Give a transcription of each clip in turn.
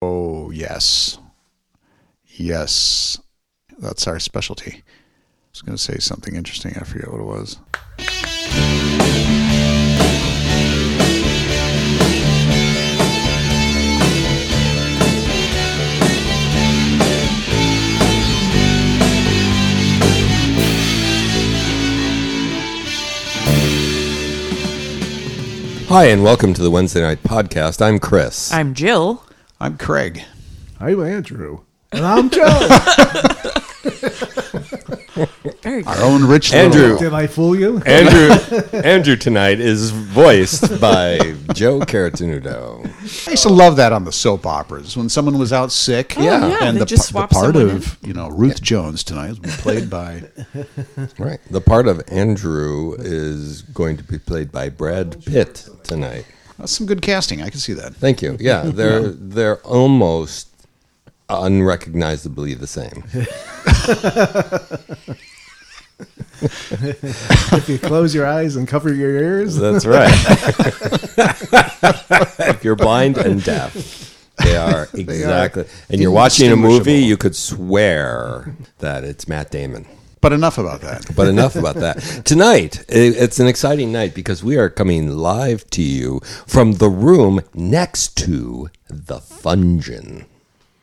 Oh, yes. Yes. That's our specialty. I was going to say something interesting. I forget what it was. Hi, and welcome to the Wednesday Night Podcast. I'm Chris. I'm Jill. I'm Craig. I'm Andrew. And I'm Joe. Very good. Our own Rich Andrew. Little. Did I fool you? Andrew Andrew tonight is voiced by Joe Caratanudo. I used to love that on the soap operas when someone was out sick. yeah, and they the, just pa- the swap part someone of you know Ruth Jones tonight was played by Right. The part of Andrew is going to be played by Brad Pitt tonight. that's uh, some good casting. I can see that. Thank you. Yeah, they're they're almost unrecognizably the same. if you close your eyes and cover your ears. That's right. if you're blind and deaf, they are exactly. and you're watching a movie, indistinguishable. you could swear that it's Matt Damon. But enough about that. But enough about that. Tonight, i- it's an exciting night because we are coming live to you from the room next to the Fungin.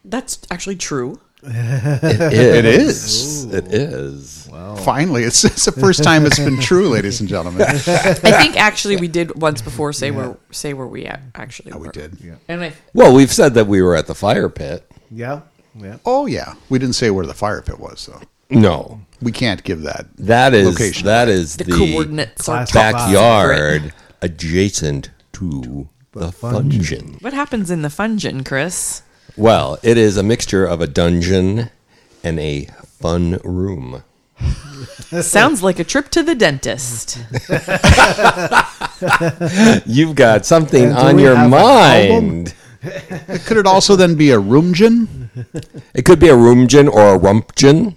That's actually true. It is. It is. It is. Finally, it's, it's the first time it's been true, ladies and gentlemen. I think actually we did once before say where say where we at, actually we were. did. And I, Well, we've said that we were at the fire pit. Yeah. Yeah. Oh yeah, we didn't say where the fire pit was though. No, We can't give that. that is Location. that is the, the, coordinates are Class- top. backyard adjacent to the fungin. What happens in the fungin, Chris? Well, it is a mixture of a dungeon and a fun room. Sounds like a trip to the dentist. You've got something And do on we your have an mind. Could it also then be a roomjin? It could be a roomjin or a rumpjin.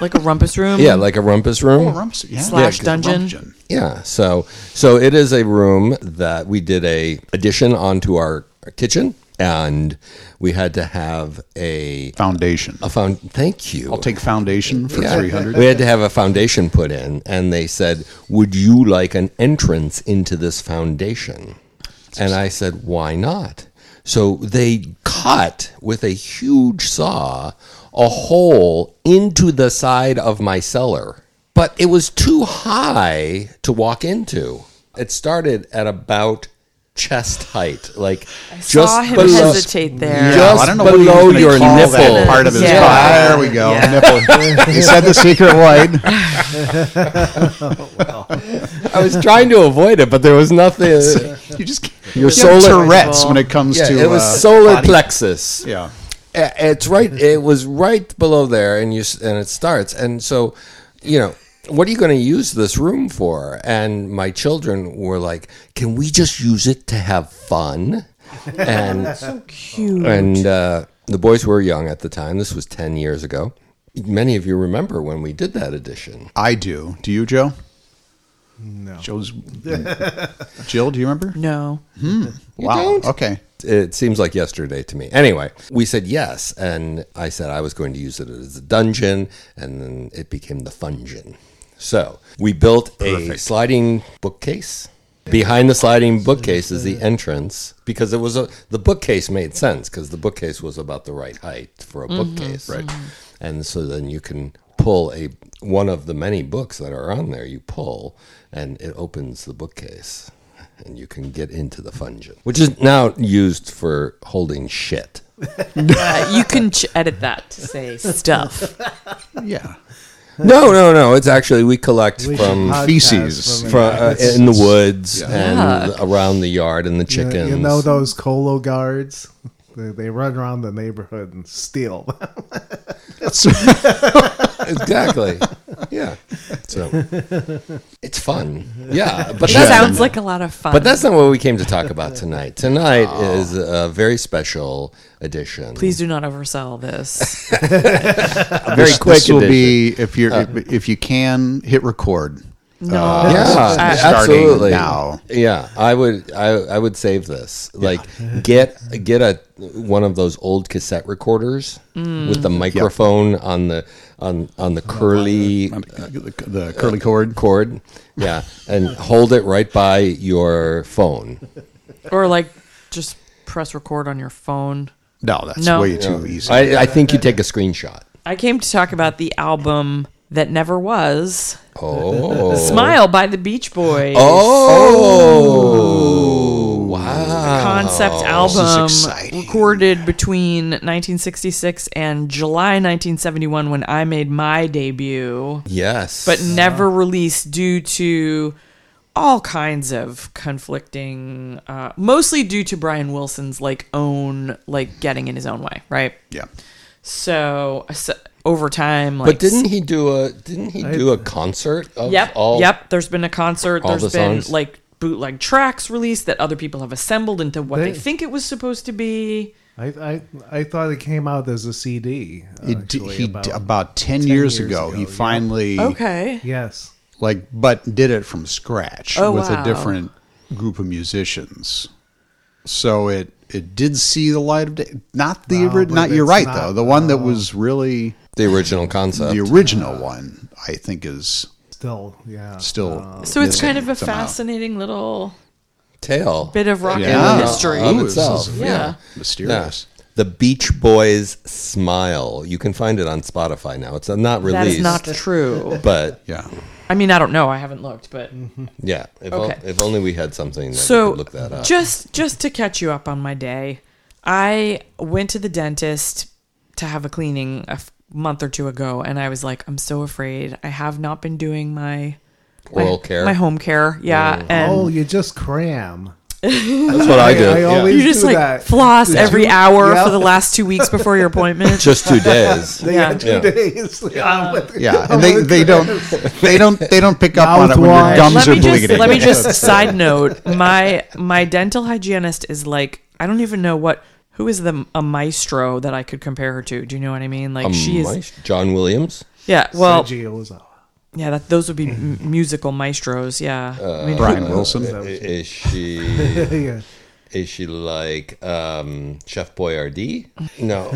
Like a rumpus room. Yeah, like a rumpus room. Oh, rumps, yeah. Slash Yeah, dungeon. rumpjin. Yeah. So so it is a room that we did a addition onto our kitchen and we had to have a Foundation. a found thank you. I'll take foundation for Yeah. three hundred. We had to have a foundation put in, and they said, "Would you like an entrance into this foundation?" And I said, "Why not?" So they cut with a huge saw a hole into the side of my cellar, but it was too high to walk into. It started at about chest height, like I Saw him hesitate there. Yeah. just below gonna your call that nipple. part of his Yeah. body. There we go. Yeah. Nipple. He said the secret word. I was trying to avoid it, but there was nothing. You just can't- Your you have solar- Tourette's when it comes Yeah, to it was uh, solar body- plexus. Yeah. I- It's right. It was right below there, and you s- and it starts. And so, you know, what are you going to use this room for? And my children were like, "Can we just use it to have fun?" And Cute. and uh, the boys were young at the time. This was ten years ago. Many of you remember when we did that edition. I do. Do you, Joe? No. Joe's. Jill, do you remember? No. You wow. don't? Okay. it seems like yesterday to me. Anyway, we said yes, and I said I was going to use it as a dungeon, and then it became the fungin. So we built a sliding bookcase. Behind the sliding bookcase is the entrance because it was a the bookcase made sense because the bookcase was about the right height for a bookcase, right? And so then you can pull a one of the many books that are on there. You pull, and it opens the bookcase and you can get into the fungin, which is now used for holding shit. Uh, you can ch- edit that to say stuff. Yeah. No, no, no. It's actually we collect We should from podcast feces from- from uh, in the woods and Yuck. around the yard and the You know- chickens. You know those colo guards? They, they run around the neighborhood and steal. exactly. Yeah. So it's fun. Yeah, but It that's- sounds like a lot of fun. But that's not what we came to talk about tonight. Tonight Oh. is a very special edition. Please do not oversell this. a very this, quick Uh, This will edition. be if you are if you can hit record. No. Uh, Uh, yeah, Starting absolutely. now. Yeah, I would. I, I would save this. Like get get a one of those old cassette recorders with the microphone on the on on the curly The, the curly cord. cord. Yeah, and hold it right by your phone. or like just press record on your phone. No, that's No. way too easy. I, I think you take a screenshot. I came to talk about the album that never was Oh, Smile by the Beach Boys. Oh, wow. Concept is album exciting. recorded between 1966 and July 1971 when I made my debut. Yes, but never released due to all kinds of conflicting uh, mostly due to brian wilson's like own like getting in his own way right yeah. Uh, so, so over time like But didn't he do a didn't he do a concert of yep all yep there's been a concert all there's the been songs? like bootleg tracks released that other people have assembled into what they, They- think it was supposed to be I, I I thought it came out as a CD. He d actually, he d- about, 10, years, years ago, ago, he yeah. finally okay yes. like but did it from scratch Oh, with wow. a different group of musicians. So it it did see the light of day. Not the No, ori- but not you're it's right not- though. The one that no. was really The original concept. the original one, I think is Still, yeah. still Oh. so it's kind of a somehow. fascinating little tale. Ah, bit of rock Yeah. and roll Yeah. history Of Ooh, this itself. is- Yeah. yeah. Yeah. mysterious. The Beach Boys Smile. You can find it on Spotify now. It's not released. that is not true but Yeah. I mean, I don't know. I haven't looked, but yeah, if, Okay. o- if only we had something that Mm-hmm. we so could look that up. just just to catch you up on my day, I went to the dentist to have a cleaning a f- month or two ago, and I was like, I'm so afraid. I have not been doing my my- Oral care. my home care. Yeah, and Oh, you just cram. That's what I do. I always you just do like that. floss The every two- hour yeah. for the last two weeks before your appointment. Just two days. They Yeah. had two Yeah. days. Yeah, and they, they don't they don't they don't pick up on it when your Mouthwash. gums let are me just bleeding. let me just side note my my dental hygienist is like I don't even know what who is the a maestro that I could compare her to. Do you know what I mean? Like she is Nice. Mm, John Williams. yeah. Well, Sergio Ozawa. yeah, that those would be m- musical maestros. Yeah, I Uh, mean, Brian Wilson. I- Is she yeah. is she like um, Chef Boyardee? No,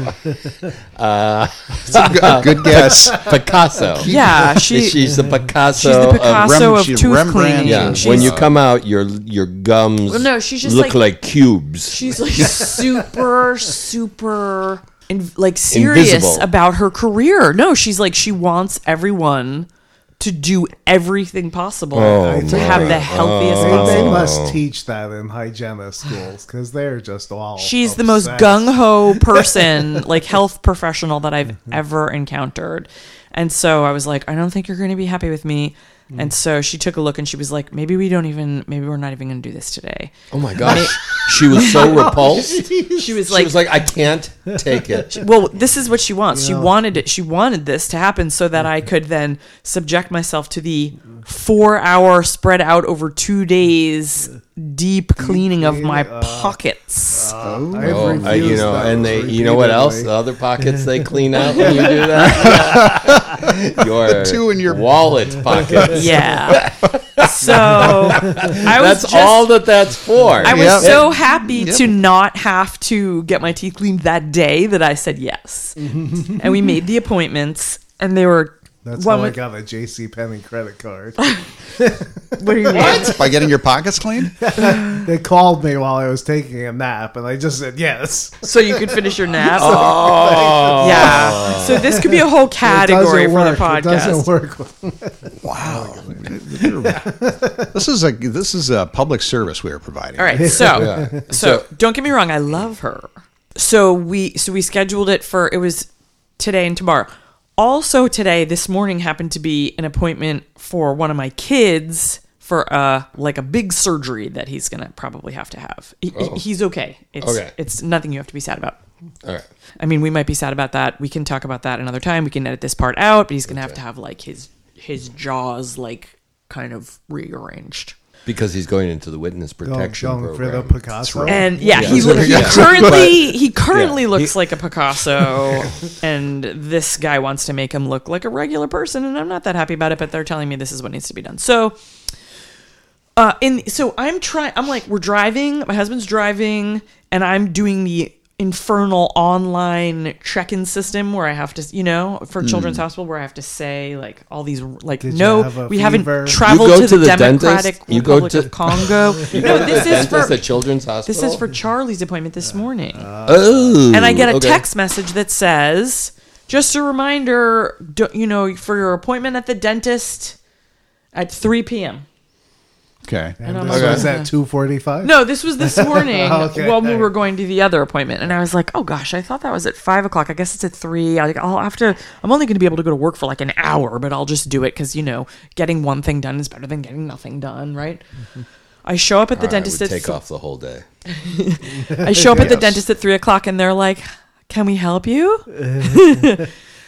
Uh, good, good guess. Picasso. yeah. She Is she's the Picasso. she's the of- Picasso uh, Rem- of, she's tooth Rembrandt. cleaning. Yeah, she's, when you come out, your your gums Well, no, she's just look like- like, cubes. she's like super super. In, like serious Invisible. about her career. No, she's like she wants everyone to do everything possible Oh, to have the healthiest They, possible. they Oh. must teach that in hygienist schools because they're just all. She's the most obsessed. gung ho person, like health professional that I've ever encountered. And so I was like, I don't think you're going to be happy with me. And so she took a look and she was like, maybe we don't even, maybe we're not even going to do this today. oh my gosh, she was so repulsed. She was she like, was like, I can't take it. well, this is what she wants. She wanted it. She wanted this to happen so that I could then subject myself to the four hour spread out over two days deep cleaning of my pockets. Ah. I've Oh, I- you refused know, those and they, you know what else? The repeatedly. other pockets they clean out when you do that. your two in your- wallet pockets. yeah. So I That's was just, all that that's for. I was Yep. so happy to not have to get my teeth cleaned that day that I said yes. and we made the appointments, and they were. That's one how I with- got a J.C. Penney credit card. What do you mean? By getting your pockets clean? they called me while I was taking a nap, and I just said yes. so you could finish your nap. Oh. Yeah. So this could be a whole category it for doesn't the work. It doesn't podcast. work. Wow. this is a this is a public service we are providing. All right. So, Yeah. so don't get me wrong. I love her. So we so we scheduled it for it was today and tomorrow. Also today, this morning happened to be an appointment for one of my kids for uh like a big surgery that he's gonna probably have to have. He, he- He's okay. It's, Oh. Okay. It's nothing you have to be sad about. All right. I mean, we might be sad about that. We can talk about that another time. We can edit this part out, but he's gonna have to have like his his jaws like kind of rearranged. because he's going into the witness Going, protection going for the program. Picasso. And yeah, he, Yeah. look, he Yeah. currently he currently Yeah. looks like a Picasso, and this guy wants to make him look like a regular person, and I'm not that happy about it. But they're telling me this is what needs to be done. So, uh, in so I'm trying. I'm like, we're driving. My husband's driving, and I'm doing the infernal online check-in system where I have to, you know, for Children's Hmm. Hospital, where I have to say like all these like, Did you no, have a we haven't fever? You traveled go to, to the, the dentist? Democratic You go Republic to- of Go Congo. no, to this the is for dentist at Children's Hospital. this is for Charlie's appointment this morning. oh, and I get a okay. text message that says, just a reminder, do, you know, for your appointment at the dentist at 3 p.m. Okay. And I'm this like, was uh, at two forty-five. No, this was this morning Okay. while we were going to the other appointment. And I was like, oh gosh, I thought that was at 5 o'clock. I guess it's at 3. I, I'll have to, I'm only going to be able to go to work for like an hour, but I'll just do it because, you know, getting one thing done is better than getting nothing done, right? I show up at All the right, dentist would at take th- off the whole day. I show up at the Yes. dentist at three o'clock and they're like, Can we help you?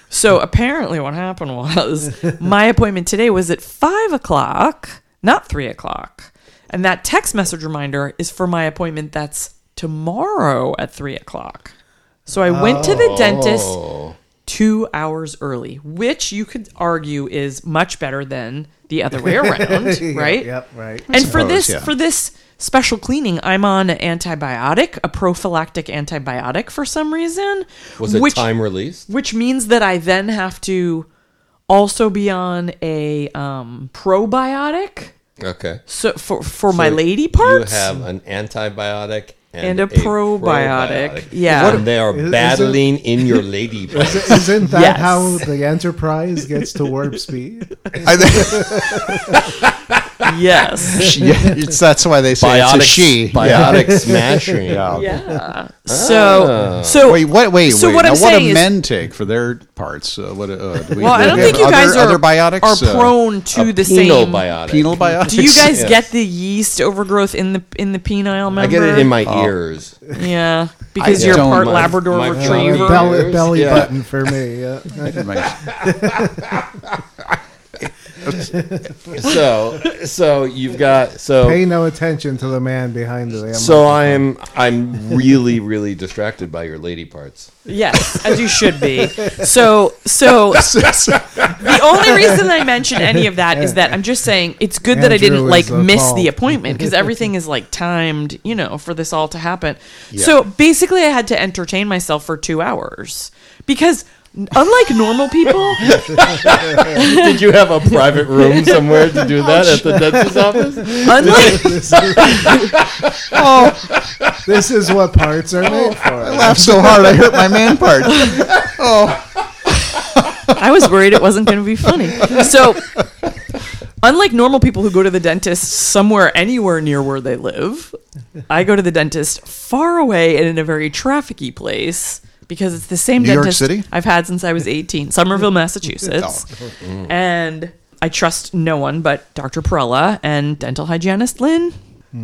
so apparently, what happened was my appointment today was at five o'clock, not three o'clock. And that text message reminder is for my appointment that's tomorrow at three o'clock. So I went to the dentist Oh, two hours early, which you could argue is much better than the other way around, right? Yep. Right. and for suppose, this yeah. for this special cleaning i'm on an antibiotic a prophylactic antibiotic for some reason was it which time released? which means that i then have to also be on a um, probiotic Okay. so for for my So lady parts You have an antibiotic and, And a probiotic. Yeah. What, they are is it- battling in your lady parts. Isn't that Yes. how the Enterprise gets to warp speed? I think yes she- yeah, it's, that's why they say Biotic, it's a she. biotic smashing. Yeah. yeah. Ah. yeah so so Wait, what? Wait, So wait. what now, I'm what saying do is- men take for their parts? Uh, what? Uh, do we, well i do don't we think have you guys other, are, other biotics are Uh, prone to the Penile same biotic. penile biotics. do you guys Yes. get the yeast overgrowth in the in the penile member I get it in my ears. yeah because you're don't part mind- labrador my- Uh, Flavor. retriever belly belly Yeah. button for me. Yeah. Oh. So, so you've got so Pay no attention to the man behind the. so I'm I'm really really distracted by your lady parts. Yes, as you should be. So, so the only reason I mention any of that is that I'm just saying it's good that I didn't Andrew like is a miss call. the appointment because everything is like timed, you know, for this all to happen. So basically, I had to entertain myself for two hours because. Unlike normal people, Did you have a private room somewhere to do that at the dentist's office? unlike oh, this is what parts are made for. laughed so hard I hurt my man part. I was worried it wasn't going to be funny. So, unlike normal people who go to the dentist somewhere anywhere near where they live, I go to the dentist far away and in a very trafficy place because it's the same New York dentist City? I've had since I was 18, Somerville, Massachusetts. Oh. And I trust no one but Dr. Perella and dental hygienist Lynn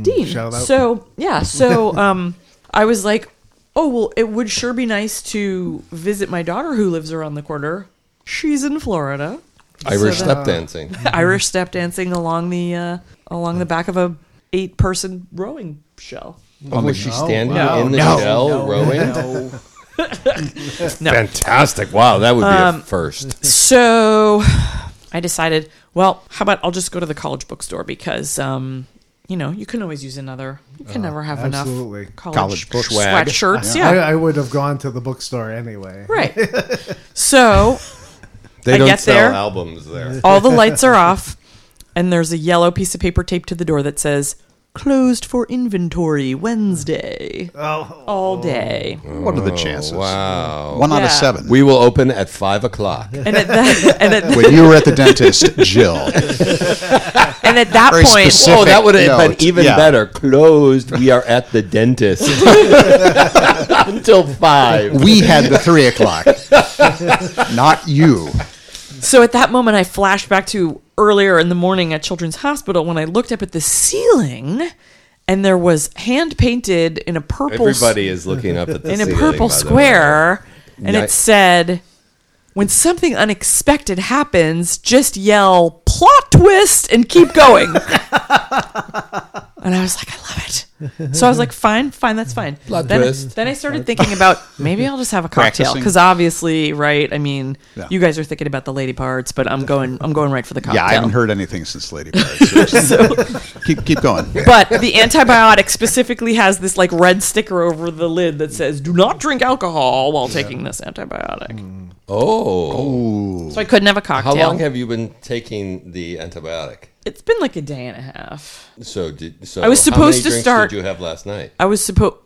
Dean. shout out. So, yeah, so um I was like, "Oh, well, it would sure be nice to visit my daughter who lives around the corner. She's in Florida." Irish So step dancing. Irish step dancing along the uh, along the back of a eight person rowing shell. Oh, was she standing No, in the no, shell rowing? No. Um, Fantastic! Wow, that would be a first. So I decided, well, how about I'll just go to the college bookstore because um, you know, you can always use another. You can never have Uh, absolutely. enough college, College book swag. sweatshirts, yeah. I, I would have gone to the bookstore anyway. right. So They I don't get sell there. albums there. all the lights are off and there's a yellow piece of paper taped to the door that says closed for inventory Wednesday Oh, all day. What are the chances? Oh, Wow. One out of Yeah. seven. We will open at five o'clock. And at that and at when you were at the dentist, Jill. And at that Very point, specific. Oh, that would have note. been even Yeah. better. Closed. We are at the dentist until five. We had the three o'clock, not you. so at that moment, I flashed back to earlier in the morning at Children's Hospital when I looked up at the ceiling, and there was hand painted in a purple s- Everybody is looking up at the in a ceiling, purple by the way. square, and Yeah. it said, "When something unexpected happens, just yell." "Pl- plot twist and keep going. and I was like, I love it. So I was like, fine, fine, that's fine. Plot then, twist. then I started thinking about maybe I'll just have a cocktail Practicing. because obviously, right? I mean, Yeah. you guys are thinking about the lady parts, but I'm going, I'm going right for the cocktail. Yeah, I haven't heard anything since Lady Bird. seriously. keep keep going. But the antibiotic specifically has this like red sticker over the lid that says, "Do not drink alcohol while taking this antibiotic." Oh. So I couldn't have a How cocktail. long have you been taking the antibiotic? it's been like a day and a half. So did so I was how supposed many to drinks start- Did you have last night? I was supposed.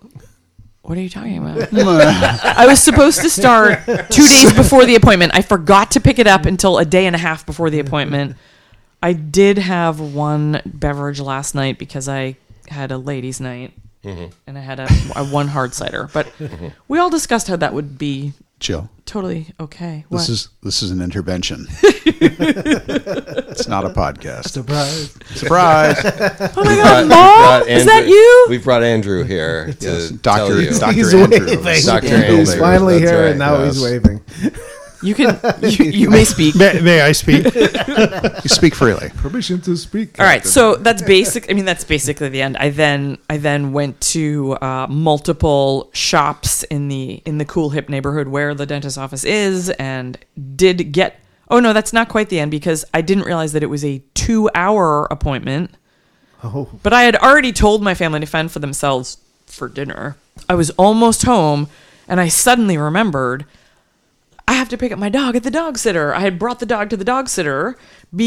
What are you talking about? I was supposed to start two days before the appointment. I forgot to pick it up until a day and a half before the appointment. I did have one beverage last night because I had a ladies' night Mm-hmm. and I had a, a one hard cider. But we all discussed how that would be Jill, totally okay. this What? is this is an intervention. it's not a podcast. Surprise. Surprise! oh my But god, we've Mom, brought is Andrew- that you? We brought Andrew here to tell Doctor you. Doctor He's Andrew, waving. Doctor Andrew. He's finally That's here, right, and now he's yes. waving. You can. You, you may speak. May, may I speak? You speak freely. Permission to speak. All right, so that's basic. I mean, that's basically the end. I then I then went to uh, multiple shops in the in the cool hip neighborhood where the dentist office is, and did get. Oh no, that's not quite the end because I didn't realize that it was a two hour appointment. Oh. But I had already told my family to fend for themselves for dinner. I was almost home, and I suddenly remembered I have to pick up my dog at the dog sitter. I had brought the dog to the dog sitter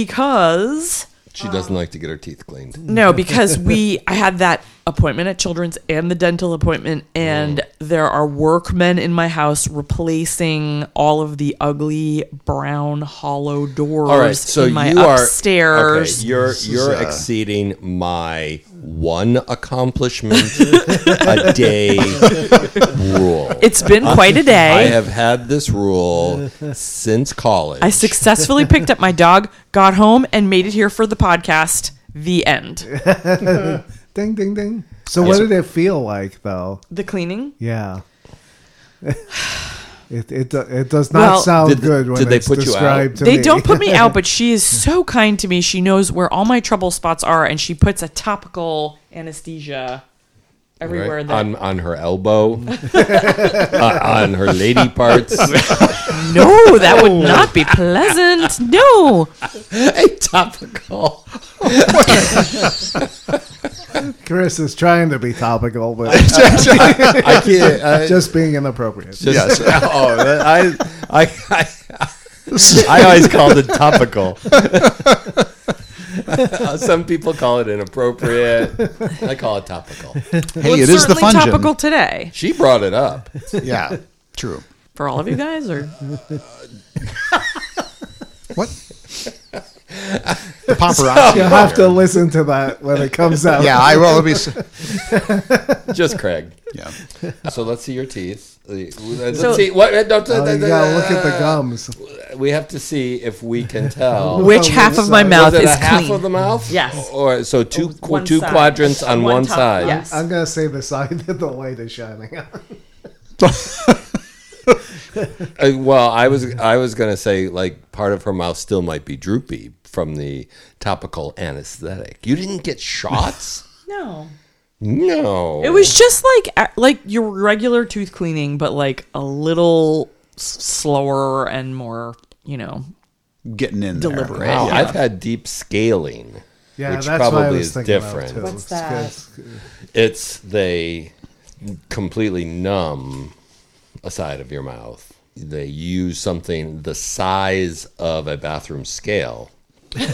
because. She doesn't like to get her teeth cleaned. No, because we I had that appointment at Children's and the dental appointment, and there are workmen in my house replacing all of the ugly brown hollow doors All right, so in my you are upstairs. Okay, you're you're uh, exceeding my one accomplishment a day rule. It's been quite a I day. I, have had this rule since college. successfully picked up my dog, got home, and made it here for the podcast. The end. Ding, ding, ding. So, what did it feel like, though? The cleaning. Yeah. It, it, do- it does not Well- sound Did- good when did they it's put you out? described to They me. don't put me out, but she is so kind to me. She knows where all my trouble spots are, and she puts a topical anesthesia right? everywhere that on on her elbow, uh, on her lady parts, No, that would not be pleasant. No. a topical. Chris is trying to be topical, but I can't. I, just being inappropriate. Just, oh, that- I, I, I, I always called it topical. Uh, Some people call it inappropriate. I call it topical. Hey, Well, it it's is the certainly fungin. topical today She brought it up. Yeah, true. for all of you guys. Or What? The paparazzi. You'll have to listen to that when it comes out. yeah, I will be. s- Just Craig. Yeah, So let's see your teeth. Uh, Let's So- see. What, uh, don't, uh, Oh, you gotta look at the gums. We have to see if we can tell. which Oh, half of so- my Was mouth it is a half of clean? the mouth? Yes. Or so two was one two side. quadrants on One one, top, side. yes. I'm gonna say the side that the light is shining on. Uh, well, I was I was gonna say like part of her mouth still might be droopy from the topical anesthetic. You didn't get shots? No. no, It was just like a- like your regular tooth cleaning, but like a little s- slower and more, you know. getting in there. Oh, Deliberate. Wow, I've had deep scaling. Yeah, which that's probably what I was is thinking different. About too. What's It's that? 'cause- It's they completely numb a side of your mouth. They use something the size of a bathroom scale. They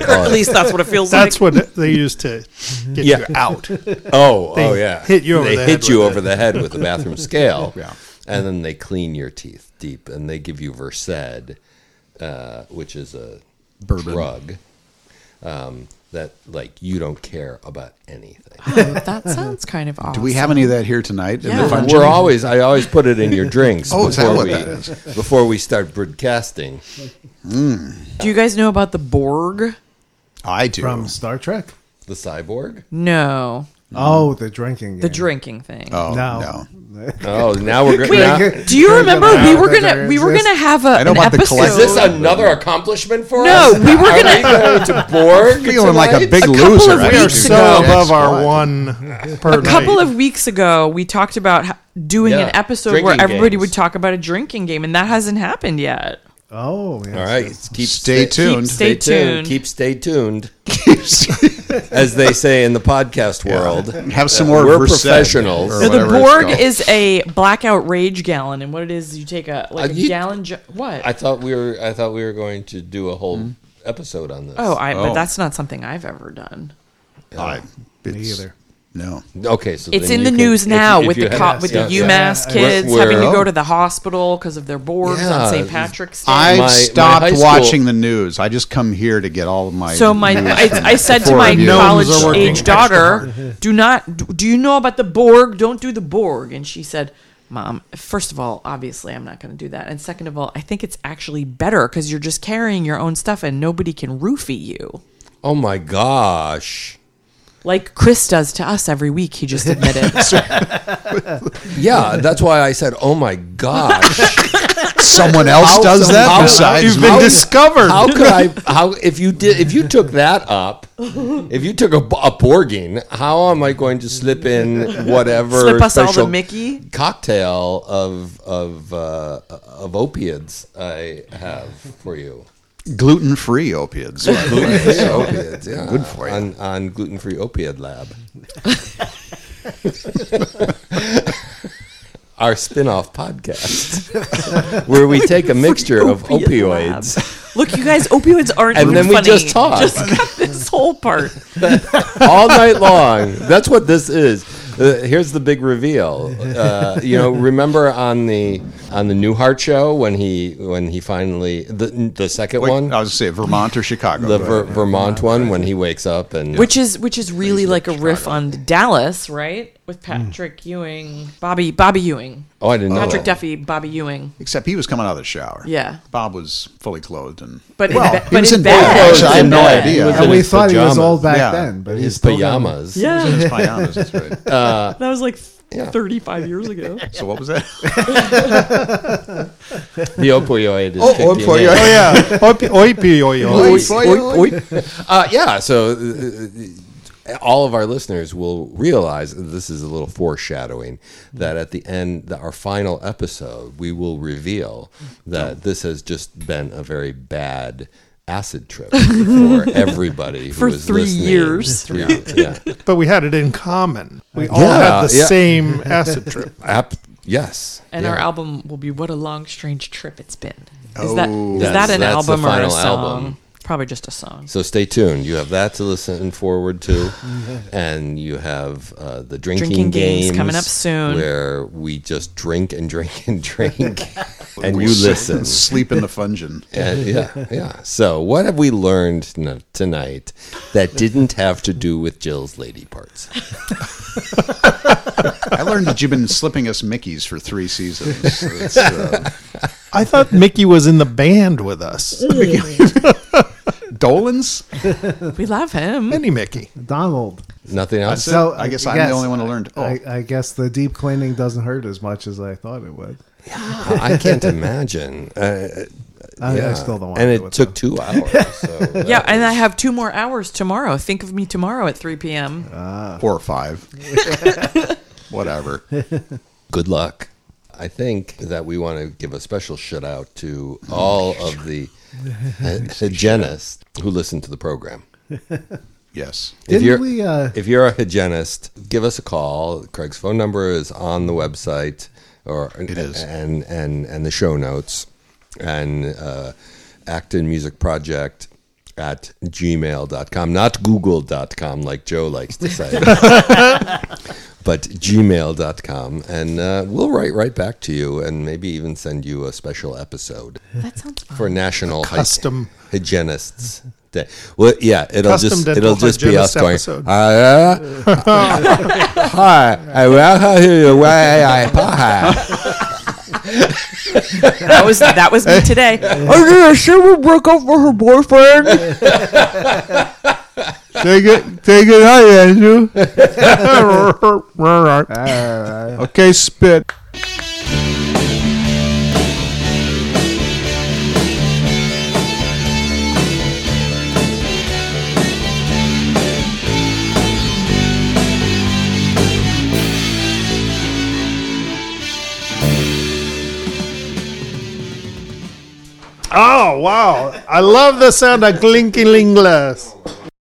call At it- least that's what it feels That's like. what they used to get Yeah. you out. Oh, They oh yeah. hit you over they the hit head you with over it. the head with a bathroom scale. Yeah. And then they clean your teeth deep, and they give you Versed, uh, which is a Bourbon. drug um, that like you don't care about anything. Oh, that sounds kind of awesome. Do we have any of that here tonight? in the Yeah. fungin? We're always I always put it in your drinks Oh, is that before what we that is? before we start broadcasting. Do you guys know about the Borg? I do. Mm-hmm. From Star Trek. The cyborg? No. Oh, the drinking. the game. drinking thing. Oh no. No. Oh, now we're Wait, going. do you remember Now we were that gonna there we were exists- gonna have a I don't an want the episode? collect- Is this another accomplishment for No, us? we were Are gonna- going to Borg. Feeling like a tonight? big couple loser. of I We gotta are do weeks so that. ago. above Squad. our one per a couple night. of weeks ago, we talked about ho- doing Yeah, an episode drinking where everybody games. would talk about a drinking game, and that hasn't happened yet. Oh, yes. All right, keep Stay tuned. Stay tuned. Keep stay tuned, as they say in the podcast world. Have some more. We're Versed, professionals. or So whatever the it's Borg called. is a blackout rage gallon, and what it is, you take a like Uh, a you- gallon. Ju- what? I thought we were. I thought we were going to do a whole episode on this. Hmm? oh, I, Oh. but that's not something I've ever done. I- it's- Me either. No. okay. So It's then in you the can- news if- now if with you the had- cop, with the yeah, yeah. UMass Yeah, I- kids We're- having to oh. go to the hospital because of their boards Yeah. on St. Patrick's Day. I've my high stopped school- watching the news. I just come here to get all of my. So my, news I, from I said to four my of you. college are working age extra daughter, "Do not. Do you know about the Borg? Don't do the Borg." And she said, "Mom, first of all, obviously I'm not going to do that, and second of all, I think it's actually better because you're just carrying your own stuff and nobody can roofie you." Oh my gosh. Like Chris does to us every week, he just admitted. Yeah, that's why I said, "Oh my gosh." Someone else does that How- besides You've me. been discovered. How could I? How if you did? If you took that up, if you took a, b- a Borgin, how am I going to slip in whatever Slip us all the special Mickey? cocktail of of uh, of opiates I have for you? Gluten free opiates. by the way. Yeah, opiates, yeah, good for you on, on gluten free opiate lab. Our spin-off podcast where we take a mixture of Opiate lab. opioids Look, you guys, opioids aren't. And even then we funny. just talk. Just got this whole part. all night long. That's what this is. Uh, here's the big reveal. Uh, you know, remember on the on the Newhart show when he when he finally the the second Wait, one, I was say Vermont or Chicago. the Go Ver, ahead. Vermont one, when he wakes up and which is which is really like a riff on Dallas, right? With Patrick Ewing, Bobby Bobby Ewing, Hmm. oh I didn't know Patrick that. Duffy, Bobby Ewing. Except he was coming out of the shower. Yeah. Bob was fully clothed and. But in well, ba- he but was in in bed. bed, actually. I have In no bed. idea. He was He And in we his thought he was pajamas. old back Yeah. then, but His he's still young. pajamas. Yeah, was in his pajamas. That's right. that was like Yeah. 35 years ago. So what was that? the opioid is Oh, kicking opioid, in. yeah. Oh, Oh yeah. Oh, Oi- oi, pee, oi, oi. Oi, Oy, oy, oy. Uh, yeah, so uh, uh, all of our listeners will realize and this is a little foreshadowing that at the end, that our final episode, we will reveal Oh. that this has just been a very bad acid trip for everybody who For was three listening. years. Three years, yeah. But we had it in common. We all Yeah, had the yeah. same acid trip. App, yes. And yeah. our album will be What a Long Strange Trip It's Been. Is Oh. that is That's- that an that's the album or a final song? album. Probably just a song. So stay tuned. You have that to listen forward to, and you have uh, the drinking, Drinking games, games coming up soon. where we just drink and drink and drink, and We Oh, you s- listen. Sleep in the fungin. And yeah, yeah. So what have we learned n- tonight that didn't have to do with Jill's lady parts? I learned that you've been slipping us Mickey's for three seasons. It's, uh, I thought Mickey was in the band with us. Dolan's? We love him. Mini Mickey. Donald. Nothing else. So, I guess I'm the only one who learned- oh. I, I guess the deep cleaning doesn't hurt as much as I thought it would. I can't imagine. Uh, I, I yeah. still don't want And to. it do with took that. two hours. So Yeah, and I have two more hours tomorrow. Think of me tomorrow at 3 p.m. Uh. Four or five. Whatever. good luck. I think that we want to give a special shout out to all of the hygienists who listen to the program. Yes. If you're, Didn't we? Uh, if you're a hygienist, give us a call. Craig's phone number is on the website, or it is. and and and the show notes, and uh, Acton Music Project at gmail.com not google.com like joe likes to say but gmail.com and uh, we'll write right back to you and maybe even send you a special episode That sounds fun. for national hy- custom- hygienists day well yeah it'll Custom just dental it'll just be us hygienist going episode. "Ah, hi i welcome you to YAI Pod." That was that was me today. Oh, yeah, Cheryl broke up with her boyfriend. Take it, take it out, Andrew. okay, spit. Oh wow! I love the sound of clinking glass.